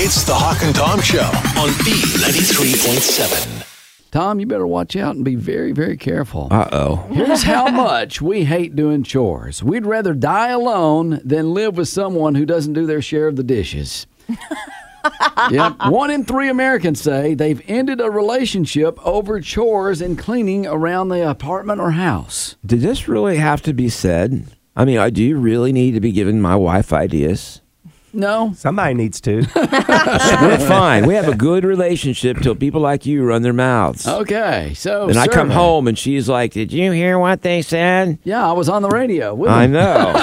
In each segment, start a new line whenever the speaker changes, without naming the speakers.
It's the Hawk and Tom Show on B93.7.
Tom, you better watch out and be very, very careful.
Uh-huh.
Uh oh.
Here's how much we hate doing chores. We'd rather die alone than live with someone who doesn't do their share of the dishes. yep. One in three Americans say they've ended a relationship over chores and cleaning around the apartment or house.
Did this really have to be said? I mean, uh, do you really need to be giving my wife ideas?
No.
Somebody needs to.
We're fine. We have a good relationship till people like you run their mouths.
Okay. So
and I come
survey.
home and she's like, "Did you hear what they said?"
Yeah, I was on the radio. with
I
him.
know.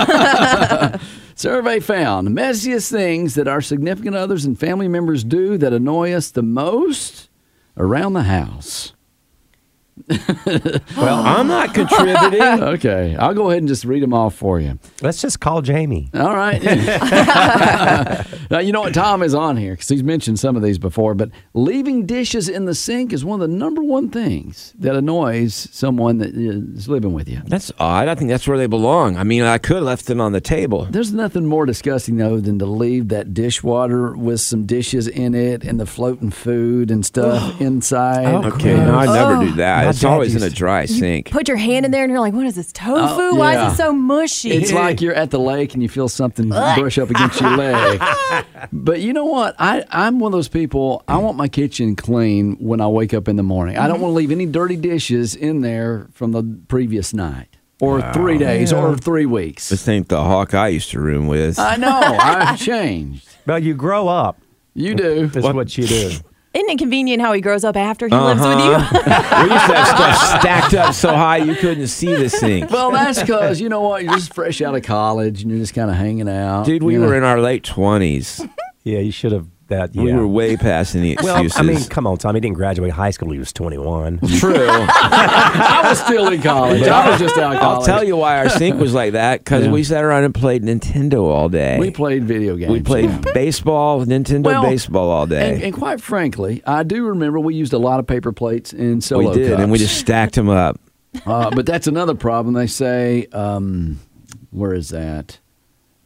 Survey found messiest things that our significant others and family members do that annoy us the most around the house.
well, I'm not contributing.
Okay, I'll go ahead and just read them all for you.
Let's just call Jamie.
All right. now, you know what? Tom is on here because he's mentioned some of these before, but leaving dishes in the sink is one of the number one things that annoys someone that is living with you.
That's odd. I think that's where they belong. I mean, I could have left them on the table.
There's nothing more disgusting, though, than to leave that dishwater with some dishes in it and the floating food and stuff inside.
Okay, no, I never do that.
My
It's always
dad
in a
used-
dry sink.
Put your hand in there and you're like, what is this? Tofu?
Oh,
Why
yeah.
is it so mushy?
It's like you're at the lake and you feel something brush up against your leg. But you know what? I, I'm one of those people, I want my kitchen clean when I wake up in the morning. I
Mm-hmm.
don't want to leave any dirty dishes in there from the previous night or three days or three weeks.
This ain't the hawk I used to room with.
I know. I've changed.
Well, you grow up.
You do.
That's what? you do.
Isn't it convenient how he grows up after he lives with you?
Uh-huh. we used to have stuff stacked up so high you couldn't see the sink.
Well, that's because, you know what? You're just fresh out of college and you're just kind of hanging out.
Dude, we were in our late twenties.
Yeah, you should have that. Yeah.
We were way past any
well,
excuses.
I mean, come on, Tom. He didn't graduate high school. He was 21.
true.
I was still in college. I was just out of college.
I'll tell you why our sink was like that because we sat around and played Nintendo all day.
We played video games.
We played baseball, Nintendo
Well,
baseball all day.
And, and quite frankly, I do remember we used a lot of paper plates and solo
we did, and we
cups.
just stacked them up.
Uh, but that's another problem. They say, um, where is that?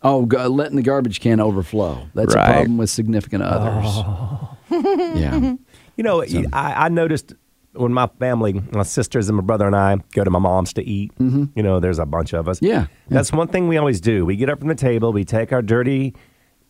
Oh, g- letting the garbage can overflow. That's a
Right.
problem with significant others. yeah.
You know, I, I noticed when my family, my sisters and my brother and I go to my mom's to eat, you know, there's a bunch of us.
Mm-hmm. Yeah,
That's one thing we always do. We get up from the table, we take our dirty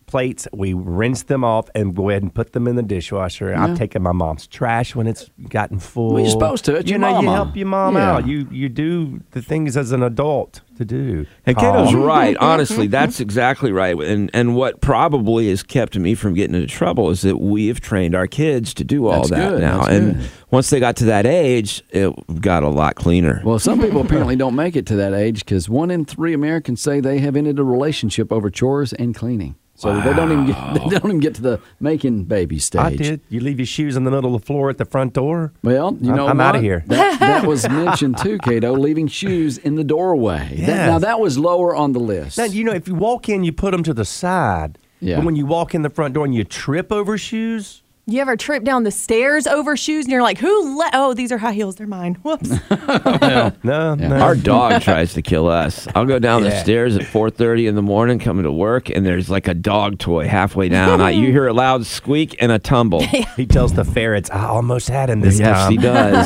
plates, we rinse them off, and go ahead and put them in the dishwasher. I've taken my mom's trash when it's gotten full.
Well, you're supposed to. It's
you
your
know, you
mama.
help your mom
Yeah.
out. You you do the things as an adult to do.
And Kato's
Tom.
right. Honestly, that's exactly right. And and what probably has kept me from getting into trouble is that we have trained our kids to do all
That's
that
good.
now.
That's
and
good.
once they got to that age, it got a lot cleaner.
Well, some people apparently don't make it to that age because one in three Americans say they have ended a relationship over chores and cleaning. So they don't even get, they don't even get to the making baby stage.
I did. You leave your shoes in the middle of the floor at the front door.
Well, you
I'm-
know,
I'm outta
what?
here.
That, that was mentioned too, Cato, leaving shoes in the doorway. That-
Yes.
now that was lower on the list.
Now, you know, if you walk in, you put them to the side.
Yeah.
But when you walk in the front door and you trip over shoes,
You ever trip down the stairs over shoes and you're like, who let? Oh, these are high heels. They're mine. Whoops.
No, no.
Our dog tries to kill us. I'll go down the
Yeah.
stairs at 4:30 in the morning coming to work and there's like a dog toy halfway down. I, you hear a loud squeak and a tumble.
He tells the ferrets, "I almost had him this
yes,
time."
he does.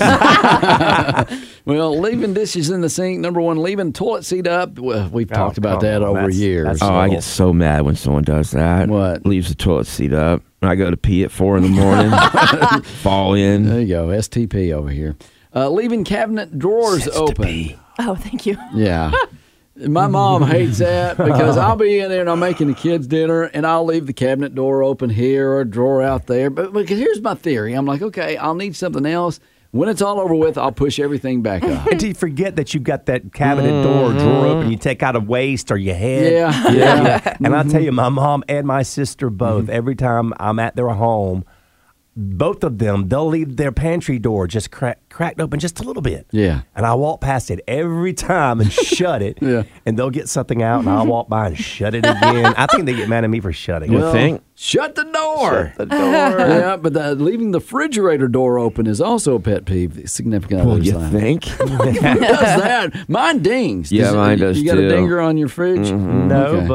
Well, leaving dishes in the sink, number one, leaving toilet seat up. Well, we've talked about
Oh, come
that
on.
over
That's-
years.
that's-
oh, I get so mad when someone does that.
What?
Leaves the toilet seat up. I go to pee at 4 in the morning. Fall
There
in.
you go, STP over here. Uh, leaving cabinet drawers open.
Oh, thank you.
Yeah. My mom hates that because I'll be in there and I'm making the kids dinner and I'll leave the cabinet door open here or drawer out there. But because here's my theory I'm like, okay, I'll need something else. When it's all over with, I'll push everything back up.
And do you forget that you've got that cabinet door or drawer open? You take out a waist or your head.
Yeah.
yeah. and I'll tell you, my mom and my sister both. Every time I'm at their home, both of them they'll leave their pantry door just crack, cracked open just a little bit.
Yeah.
And I walk past it every time and shut it.
Yeah.
And they'll get something out, and I'll walk by and shut it again. I think they get mad at me for shutting.
You
it.
think?
Shut the door.
Shut the door.
yeah, but the, leaving the refrigerator door open is also a pet peeve. Significant
Well,
other's
you
line.
think?
Who does that? Mine dings.
Yeah, mine does
You got a
too. Mm-hmm.
dinger on your fridge?
mm,
No,
Okay.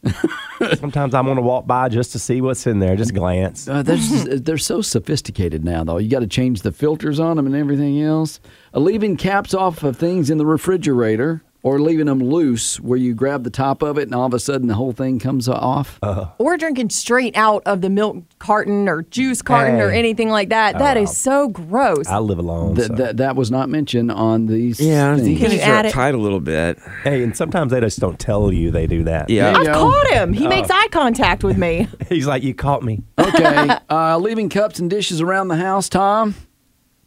but sometimes I want to walk by just to see what's in there, just glance.
Uh, they're, just- they're so sophisticated now, though. You got to change the filters on them and everything else. Uh, leaving caps off of things in the refrigerator or leaving them loose where you grab the top of it and all of a sudden the whole thing comes off.
Oh,
Or drinking straight out of the milk carton or juice carton or
Hey. Oh,
anything like that. That is so gross.
I live alone.
Th-
so-
that, that was not mentioned on these
Yeah, I
things.
think you
Can
just
you add
are
it?
tight a little bit.
hey, and sometimes they just don't tell you they do that.
Yeah.
I've
Yeah.
caught him.
Oh.
He makes eye contact with me.
He's like, you caught me.
okay, uh, leaving cups and dishes around the house, Tom.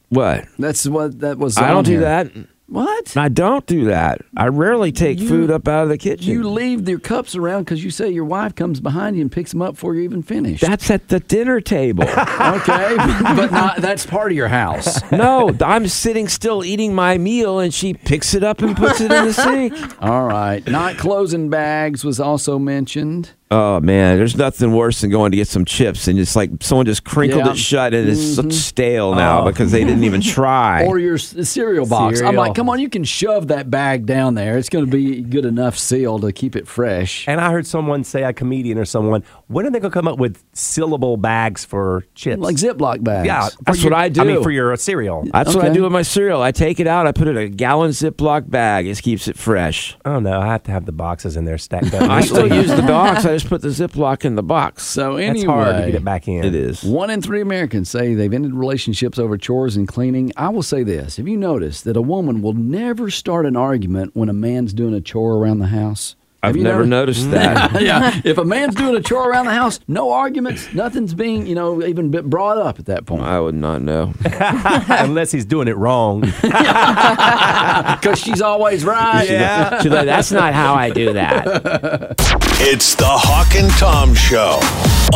What?
That's what that was.
I
on
don't do
here.
that.
What?
I don't do that. I rarely take food up out of the kitchen.
You leave your cups around because you say your wife comes behind you and picks them up before you even finish.
That's at the dinner table.
okay, but not, that's part of your house.
no, I'm sitting still eating my meal and she picks it up and puts it in the sink.
All right. Not closing bags was also mentioned.
Oh man, there's nothing worse than going to get some chips and it's like someone just crinkled
Yeah.
it shut and it's so stale now because they didn't even try.
Or your s- cereal box. I'm
Cereal.
like, come on, you can shove that bag down there. It's going to be good enough seal to keep it fresh.
And I heard someone say, a comedian or someone, when are they going to come up with syllable bags for chips?
Like Ziploc bags.
yeah, for
That's
your-
what I do.
I mean, for your cereal.
That's what I
Okay.
do with my cereal. I take it out, I put it in a gallon Ziploc bag. It keeps it fresh.
I don't know. I have to have the boxes in there stacked up.
I still use the box. I just put the Ziploc in the box.
So anyway,
It's hard to get it back in.
It is.
One in three Americans say they've ended relationships over chores and cleaning. I will say this: Have you noticed that a woman will never start an argument when a man's doing a chore around the house?
I've
Have you
never
noticed?
noticed that.
yeah. If a man's doing a chore around the house, no arguments, nothing's being, you know, even been brought up at that point.
I would not know.
Unless he's doing it wrong.
Because she's always right.
yeah.
She's like, that's not how I do that.
It's the Hawk and Tom Show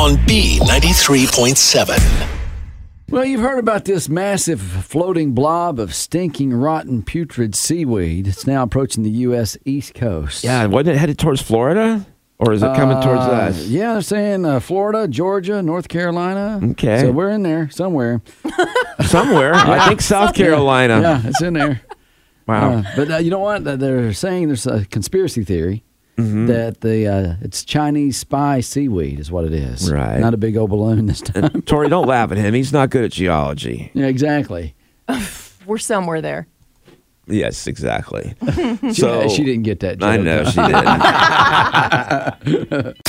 on B93.7.
Well, you've heard about this massive floating blob of stinking, rotten, putrid seaweed. It's now approaching the U.S. East Coast.
Yeah, wasn't it headed towards Florida? Or is it coming towards
Uh,
us?
yeah, they're saying uh, Florida, Georgia, North Carolina.
Okay.
So we're in there somewhere.
Somewhere. I think South Carolina.
Yeah, it's in there.
Wow.
Uh, but uh, you know what? Uh, They're saying there's a conspiracy theory
Mm-hmm.
that the uh, it's Chinese spy seaweed is what it is.
Right.
Not a big old balloon this time.
Tori, don't laugh at him. He's not good at geology.
yeah, exactly.
We're somewhere there.
Yes, exactly.
yeah, she didn't get that. Joke.
I know she didn't.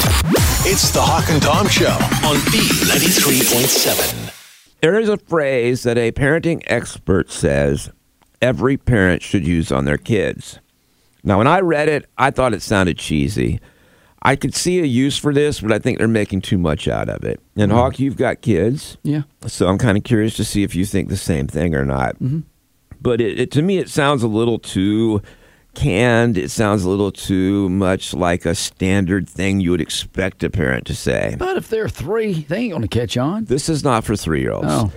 It's the Hawk and Tom Show on B93.7.
there is a phrase that a parenting expert says every parent should use on their kids. Now, when I read it, I thought it sounded cheesy. I could see a use for this, but I think they're making too much out of it. And Hawk, you've got kids.
Yeah.
So I'm kind of curious to see if you think the same thing or not.
Mm-hmm.
But it, it to me, it sounds a little too canned. It sounds a little too much like a standard thing you would expect a parent to say.
But if they're three, they ain't going to catch on.
This is not for three year olds.
Oh.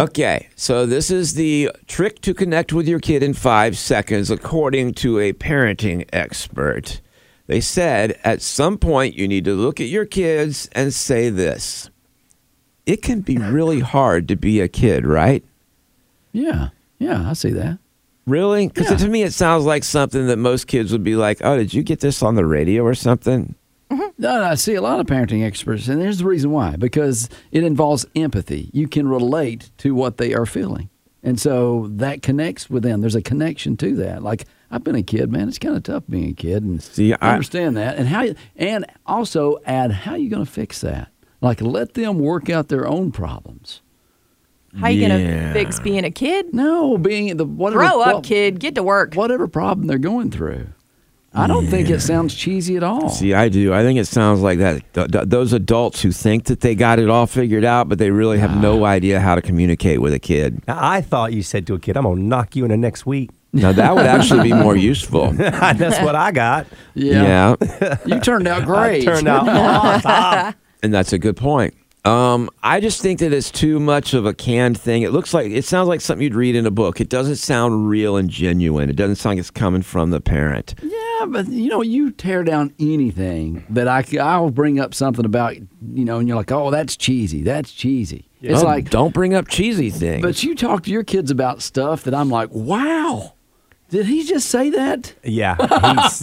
okay. So, this is the trick to connect with your kid in five seconds, according to a parenting expert. They said at some point you need to look at your kids and say this it can be really hard to be a kid, right?
Yeah. Yeah. I see that.
Really? Because
Yeah.
to me, it sounds like something that most kids would be like, "Oh, did you get this on the radio or something?"
No, no, I see a lot of parenting experts, and there's the reason why because it involves empathy. You can relate to what they are feeling. And so that connects with them. There's a connection to that. Like, I've been a kid, man. It's kind of tough being a kid. And
See, I-
understand that. And how, and also add, how you going to fix that? Like, let them work out their own problems.
How you
Yeah.
gonna fix being a kid?
No, being the whatever.
Grow up,
well,
kid. Get to work.
Whatever problem they're going through. I don't think it sounds cheesy at all.
See, I do. I think it sounds like that. Th- th- those adults who think that they got it all figured out, but they really have no idea how to communicate with a kid.
Now, I thought you said to a kid, I'm going to knock you in the next week.
Now, that would actually be more useful.
That's what I got.
Yeah.
You turned out great.
I turned out on top.
And that's a good point. Um, I just think that it's too much of a canned thing. It looks like it sounds like something you'd read in a book. It doesn't sound real and genuine. It doesn't sound like it's coming from the parent.
Yeah, but you know, you tear down anything that I I'll bring up something about, you know, and you're like, oh, that's cheesy. That's cheesy. It's
Oh,
Don't-
like,
don't bring up cheesy things.
but you talk to your kids about stuff that I'm like, wow, did he just say that?
Yeah. he's-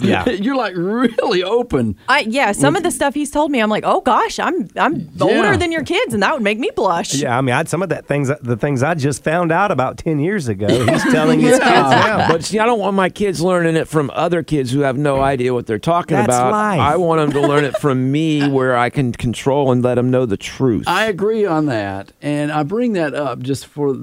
yeah.
you're like really open.
I yeah, some of the stuff he's told me, I'm like, oh gosh, I'm I'm older than your kids, and that would make me blush.
Yeah, I mean, I, some of that things, the things I just found out about ten years ago, he's telling his kids now.
But see, I don't want my kids learning it from other kids who have no idea what they're talking
That's
about.
life.
I want them to learn it from me, where I can control and let them know the truth.
I agree on that, and I bring that up just for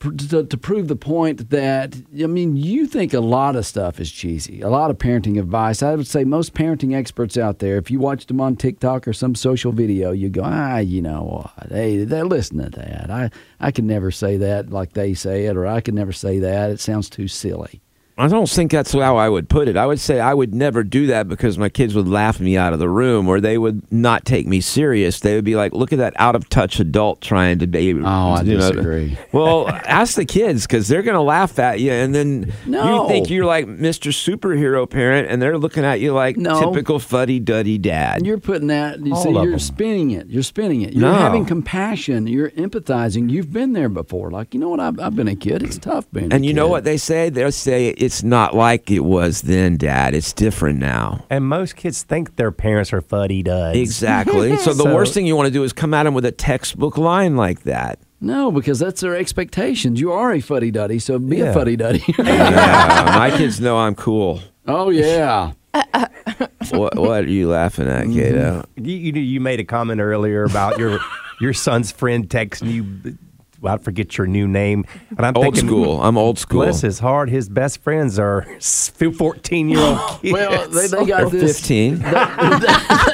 to, to prove the point that I mean, you think a lot of stuff is cheesy, a lot of parenting advice. I would say most parenting experts out there, if you watched them on TikTok or some social video, you go, ah, you know what? Hey, they listen to that. I I can never say that like they say it, or I can never say that. It sounds too silly.
I don't think that's how I would put it. I would say I would never do that because my kids would laugh me out of the room or they would not take me serious. They would be like, look at that out of touch adult trying to be.
Oh, I
you know,
disagree.
well, ask the kids because they're going to laugh at you. And then
No.
you think you're like Mr. Superhero parent and they're looking at you like
No.
typical fuddy duddy dad.
You're putting that. You see,
All of
you're
them.
spinning it. You're spinning it. You're
No.
having compassion. You're empathizing. You've been there before. Like you know what? I've, I've been a kid. It's tough being. a
and you know
kid.
what they say? They'll say, it's not like it was then, dad. It's different now.
And most kids think their parents are fuddy duds.
Exactly. so the
So-
worst thing you want to do is come at them with a textbook line like that.
No, because that's their expectations. You are a fuddy duddy, so be a
Yeah.
fuddy duddy.
Yeah, my kids know I'm cool.
oh yeah.
What, what are you laughing at, Kato?
You, you you made a comment earlier about your your son's friend texting you. Well, I forget your new name, and I'm
Old
thinking,
school. I'm old school.
Bless his heart. His best friends are fourteen year old kids.
Well, they, they got
Or
this.
15.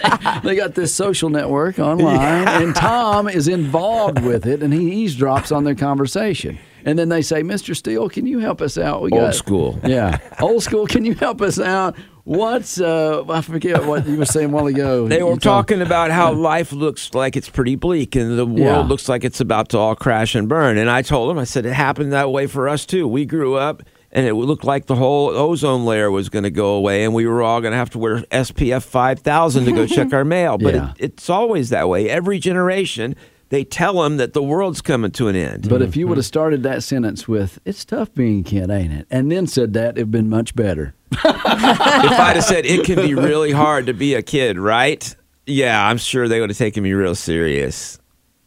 They got this social network online, and Tom is involved with it, and he eavesdrops on their conversation. And then they say, "Mr. Steele, can you help us out? We
Old
got
school.
Yeah, old school. Can you help us out? What's uh? I forget what you were saying a while ago.
They were
You talked-
talking about how life looks like it's pretty bleak and the world
Yeah.
looks like it's about to all crash and burn. And I told them, I said, it happened that way for us too. We grew up and it looked like the whole ozone layer was going to go away and we were all going to have to wear SPF 5000 to go check our mail. But
Yeah.
it, it's always that way. Every generation, they tell them that the world's coming to an end.
But if you would have started that sentence with "It's tough being a kid, ain't it?" and then said that, it'd been much better.
if I'd have said it can be really hard to be a kid, right? Yeah, I'm sure they would have taken me real serious.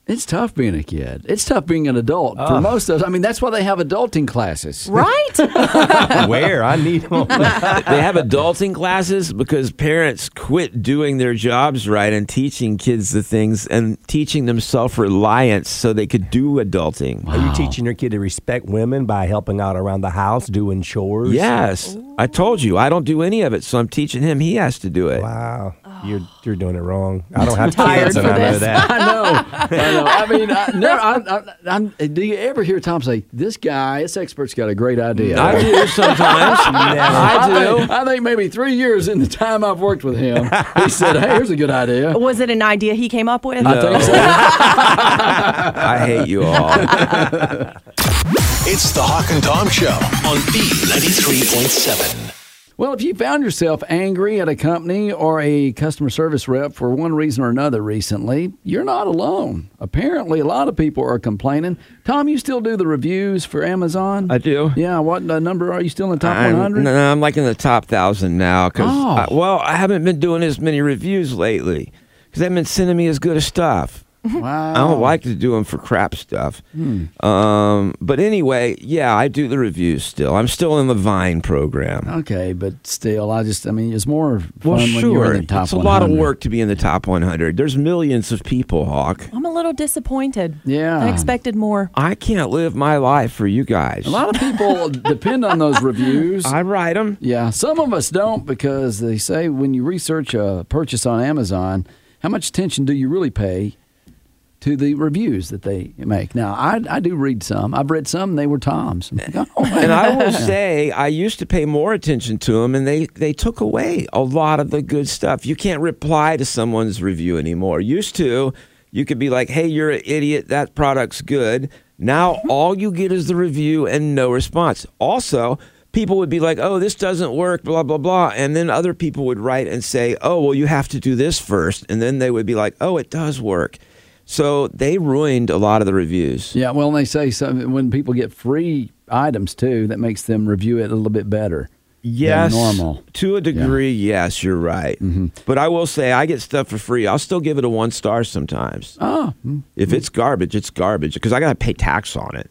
It's tough being a kid. It's tough being an adult
Ah.
for most of us. I mean, that's why they have adulting classes.
Right?
Where I need them.
they have adulting classes because parents quit doing their jobs right and teaching kids the things and teaching them self reliance so they could do adulting.
Are you teaching your kid to respect women by helping out around the house, doing chores?
Yes, I told you I don't do any of it, so I'm teaching him. He has to do it.
Wow, you're you're doing it wrong. I don't have kids,
tired
and
for
I know
this.
that.
I know. I know. I mean, I, no, I, I, I'm- do you ever hear Tom say, "This guy, this expert's got a great idea"?
I do sometimes. I do.
think, I think maybe three years in the time I've worked with him, he said, "Hey, here's a good idea."
Was it an idea he came up with?
I think so.
I hate you all.
It's the Hawk and Tom Show on B93.7.
Well, if you found yourself angry at a company or a customer service rep for one reason or another recently, you're not alone. Apparently, a lot of people are complaining. Tom, you still do the reviews for Amazon?
I do.
Yeah, what uh, number are you still in the top
I'm,
100?
no, I'm like in the top thousand now. 'cause
Oh.
I- well, I haven't been doing as many reviews lately because they've been sending me as good as stuff.
Wow.
I don't like to do them for crap stuff.
Hmm.
Um, but anyway, yeah, I do the reviews still. I'm still in the Vine program.
Okay, but still, I just, I mean, it's more fun
well,
when you're
sure.
in the top
it's a lot of
100.
work to be in the top 100. There's millions of people, Hawk.
I'm a little disappointed.
Yeah.
I expected more.
I can't live my life for you guys.
A lot of people depend on those reviews.
I write them.
Yeah, some of us don't because they say when you research a purchase on Amazon, how much attention do you really pay to the reviews that they make? Now, I, I do read some. I've read some, they were Tom's. Oh, man.
and I will say, I used to pay more attention to them, and they, they took away a lot of the good stuff. You can't reply to someone's review anymore. Used to, you could be like, hey, you're an idiot. That product's good. Now, all you get is the review and no response. Also, people would be like, oh, this doesn't work, blah, blah, blah. And then other people would write and say, oh, well, you have to do this first. And then they would be like, oh, it does work. So they ruined a lot of the reviews.
Yeah, well, they say some, when people get free items too, that makes them review it a little bit better. than
Yes,
normal. Mm-hmm.
to a degree. Yes, you're right. But I will say, I get stuff for free. I'll still give it a one star sometimes.
Oh,
If it's garbage, it's garbage because I got to pay tax on it.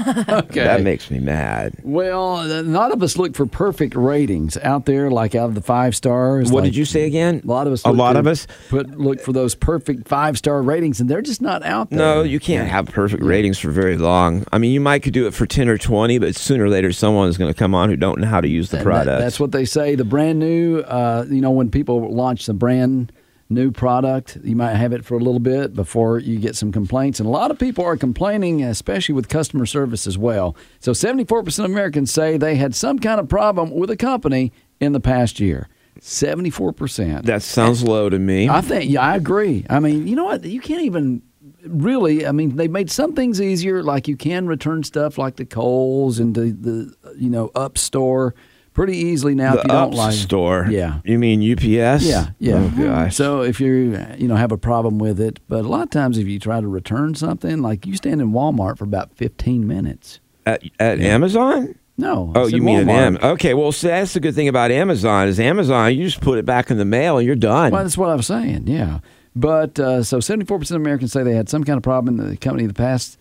okay.
That makes me mad.
well, none of us look for perfect ratings out there, like out of the five stars.
What
like-
did you say again?
A lot of us.
A
look
lot
to
of us.
put look for those perfect five star ratings, and they're just not out there.
No, you can't have perfect ratings for very long. I mean, you might could do it for ten or twenty, but sooner or later, someone's going to come on who don't know how to use the
That-
product.
that's what they say. The brand new, uh, you know, when people launch the brand new product, you might have it for a little bit before you get some complaints. And a lot of people are complaining, especially with customer service as well. So 74% of Americans say they had some kind of problem with a company in the past year. 74%.
that sounds low to me.
I think, yeah, I agree. I mean, you know what? You can't even really. I mean, they made some things easier, like you can return stuff like the Coles and the, the you know Up Store pretty easily now if
the
you don't
Ups
like
store.
Yeah.
You mean UPS?
Yeah, yeah.
Oh gosh.
So if you you know have a problem with it, but a lot of times if you try to return something, like you stand in Walmart for about fifteen minutes.
at, at Amazon.
No. I
Oh,
said
you mean an
Walmart.
Am? Okay, well, see, that's the good thing about Amazon is Amazon. You just put it back in the mail and you're done.
Well, that's what I was saying. Yeah, but uh, so seventy-four percent of Americans say they had some kind of problem in the company the past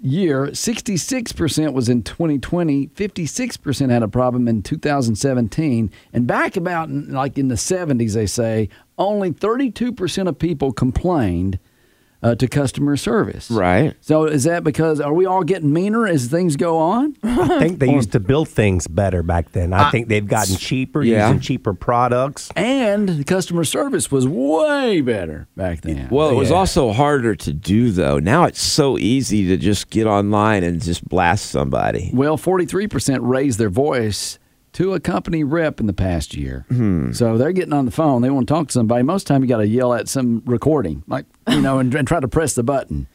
year. Sixty-six percent was in twenty twenty. Fifty-six percent had a problem in two thousand seventeen. And back about in- like in the seventies, they say only thirty-two percent of people complained uh, to customer service.
right.
So is that because are we all getting meaner as things go on?
I think they used to build things better back then. I think they've gotten cheaper,
Yeah.
using cheaper products.
And the customer service was way better back then.
Well, it was
Yeah.
also harder to do though. Now it's so easy to just get online and just blast somebody.
Well, 43% raised their voice to a company rep in the past year.
Hmm.
So they're getting on the phone. They want to talk to somebody. Most of the time, you got to yell at some recording, like, you know, and, and try to press the button.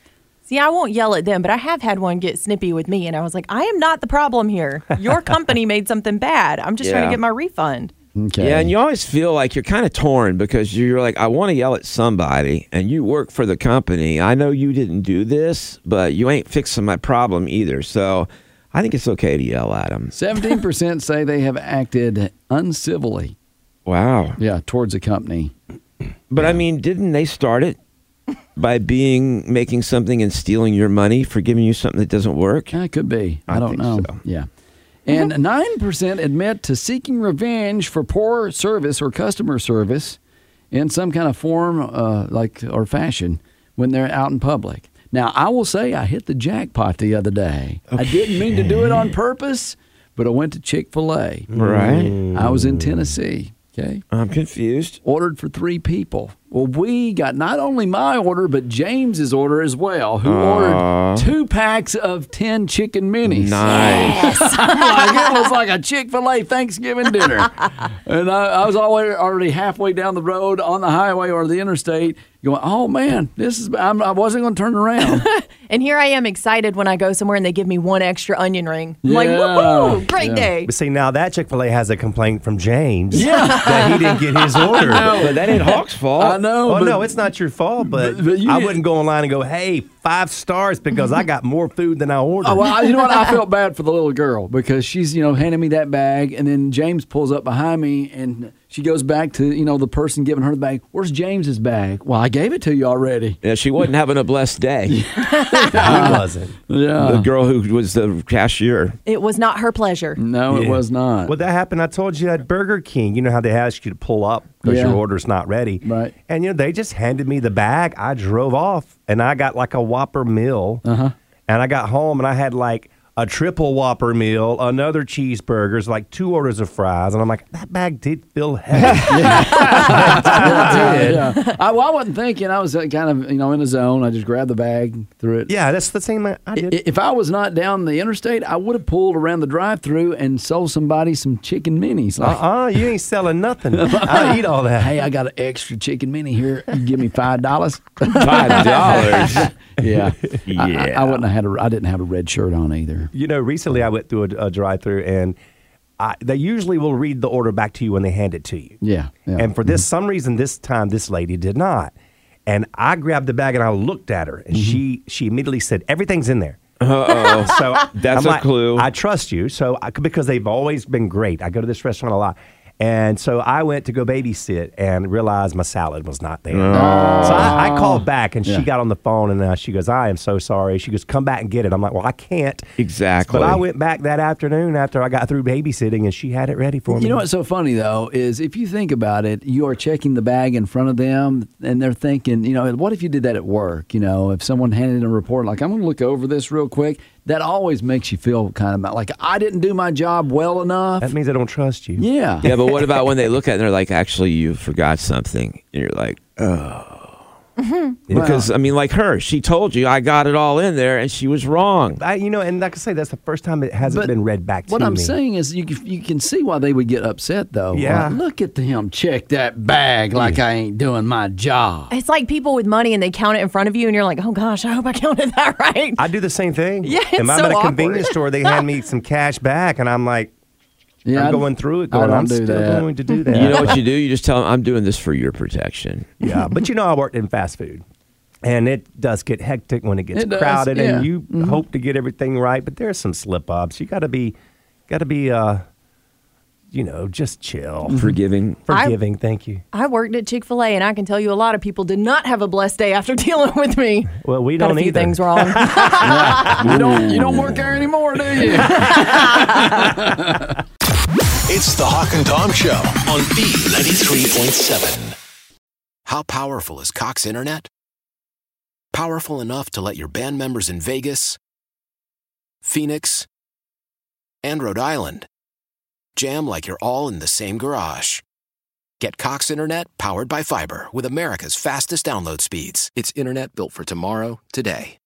See, I won't yell at them, but I have had one get snippy with me, and I was like, I am not the problem here. Your company made something bad. I'm just trying
Yeah.
to get my refund.
Okay.
Yeah, and you always feel like you're kind of torn because you're like, I want to yell at somebody, and you work for the company. I know you didn't do this, but you ain't fixing my problem either. So, I think it's okay to yell at them.
17% say they have acted uncivilly,
Wow.
yeah, towards a company.
But I mean, didn't they start it by being making something and stealing your money for giving you something that doesn't work?
Yeah, it could be. I,
I
don't
think
know.
so.
Yeah. And 9% admit to seeking revenge for poor service or customer service in some kind of form uh, like or fashion when they're out in public. Now, I will say I hit the jackpot the other day. I didn't mean to do it on purpose, but I went to Chick-fil-A.
Right? Mm.
I was in Tennessee, okay?
I'm confused.
Ordered for 3 people. Well, we got not only my order, but James's order as well, who ordered two packs of 10 chicken minis.
Nice.
like, it was like a Chick fil A Thanksgiving dinner. and I, I was already, already halfway down the road on the highway or the interstate going, oh man, this is, I'm, I wasn't going to turn around.
And here I am excited when I go somewhere and they give me one extra onion ring. I'm like,
Yeah.
woohoo, great day.
But see, now that Chick fil A has a complaint from James
Yeah.
that he didn't get his order.
But that ain't Hawk's fault.
I know.
Oh,
but-
no, it's not your fault, but,
But- but you
I
didn't-
wouldn't go online and go, hey, five stars because I got more food than I ordered.
Oh, well, I- you know what? I felt bad for the little girl because she's, you know, handing me that bag, and then James pulls up behind me, and she goes back to, you know, the person giving her the bag. Where's James's bag? Well, I gave it to you already.
Yeah, she wasn't having a blessed day.
he wasn't.
The
Yeah.
girl who was the cashier.
It was not her pleasure.
No, it
Yeah.
was not.
Well, that happened. I told you at Burger King, you know how they ask you to pull up because
Yeah.
your order's not ready.
Right.
And, you know, they just handed me the bag. I drove off and I got like a Whopper meal. Uh-huh. And I got home and I had like a triple Whopper meal, another cheeseburgers, like two orders of fries. And I'm like, that bag did feel heavy.
Yeah, yeah. I, well, I wasn't thinking. I was uh, kind of, you know, in a zone. I just grabbed the bag, threw it.
yeah, that's the same I I
I-
did.
If I was not down the interstate, I would have pulled around the drive-through and sold somebody some chicken minis. Like,
uh-uh, you ain't selling nothing. I eat all that.
hey, I got an extra chicken mini here. You give me five dollars.
Five dollars.
yeah. I- I,
Yeah.
I wouldn't have had a, I didn't have a red shirt on either.
You know, recently I went through a, a drive-through, and I, they usually will read the order back to you when they hand it to you.
Yeah, yeah.
And for this, some reason, this time this lady did not. And I grabbed the bag and I looked at her, and she she immediately said, "Everything's in there." Uh-oh. so
That's
I'm
a
like,
clue.
I trust you. So I, because they've always been great, I go to this restaurant a lot. And so I went to go babysit and realized my salad was not there. So I, I called back and
Yeah.
she got on the phone and uh, she goes, I am so sorry. She goes, come back and get it. I'm like, well, I can't.
Exactly.
But I went back that afternoon after I got through babysitting and she had it ready for me.
You know what's so funny though is if you think about it, you are checking the bag in front of them, and they're thinking, you know, what if you did that at work? You know, if someone handed in a report like, "I'm going to look over this real quick," that always makes you feel kind of bad, like I didn't do my job well enough.
That means I don't trust you.
yeah,
yeah, but what about when they look at it and they're like, actually, you forgot something? And you're like, oh. Because, I mean, like her, she told you, I got it all in there, and she was wrong.
I, you know, and like I say, that's the first time it hasn't
But
been read back to
What
me.
I'm saying is, you can- you can see why they would get upset though.
Yeah.
Like, look at him check that bag like I ain't doing my job.
It's like people with money and they count it in front of you and you're like, oh gosh, I hope I counted that right.
I do the same thing.
Yeah, it's
and I'm
so
at a
awkward.
convenience store, they hand me some cash back, and I'm like,
Yeah, I-
I'm going through it,
I
going,
don't
I'm
do
still
that.
going to do that.
You know what you do? You just tell them, I'm doing this for your protection.
yeah, but you know, I worked in fast food, and it does get hectic when it gets
It does,
crowded,
yeah.
and you
Mm-hmm.
hope to get everything right, but there's some slip ups. You got to be, got to be, uh, you know, just chill,
Forgiving.
forgiving. thank you.
Mm-hmm. I worked at Chick fil A and I can tell you a lot of people did not have a blessed day after dealing with me.
Well, we
Got
don't
a few
either.
things wrong.
you don't you don't work there anymore, do you?
It's the Hawk and Tom Show on B93.7.
How powerful is Cox Internet? Powerful enough to let your band members in Vegas, Phoenix, and Rhode Island jam like you're all in the same garage. Get Cox Internet powered by fiber with America's fastest download speeds. It's internet built for tomorrow, today.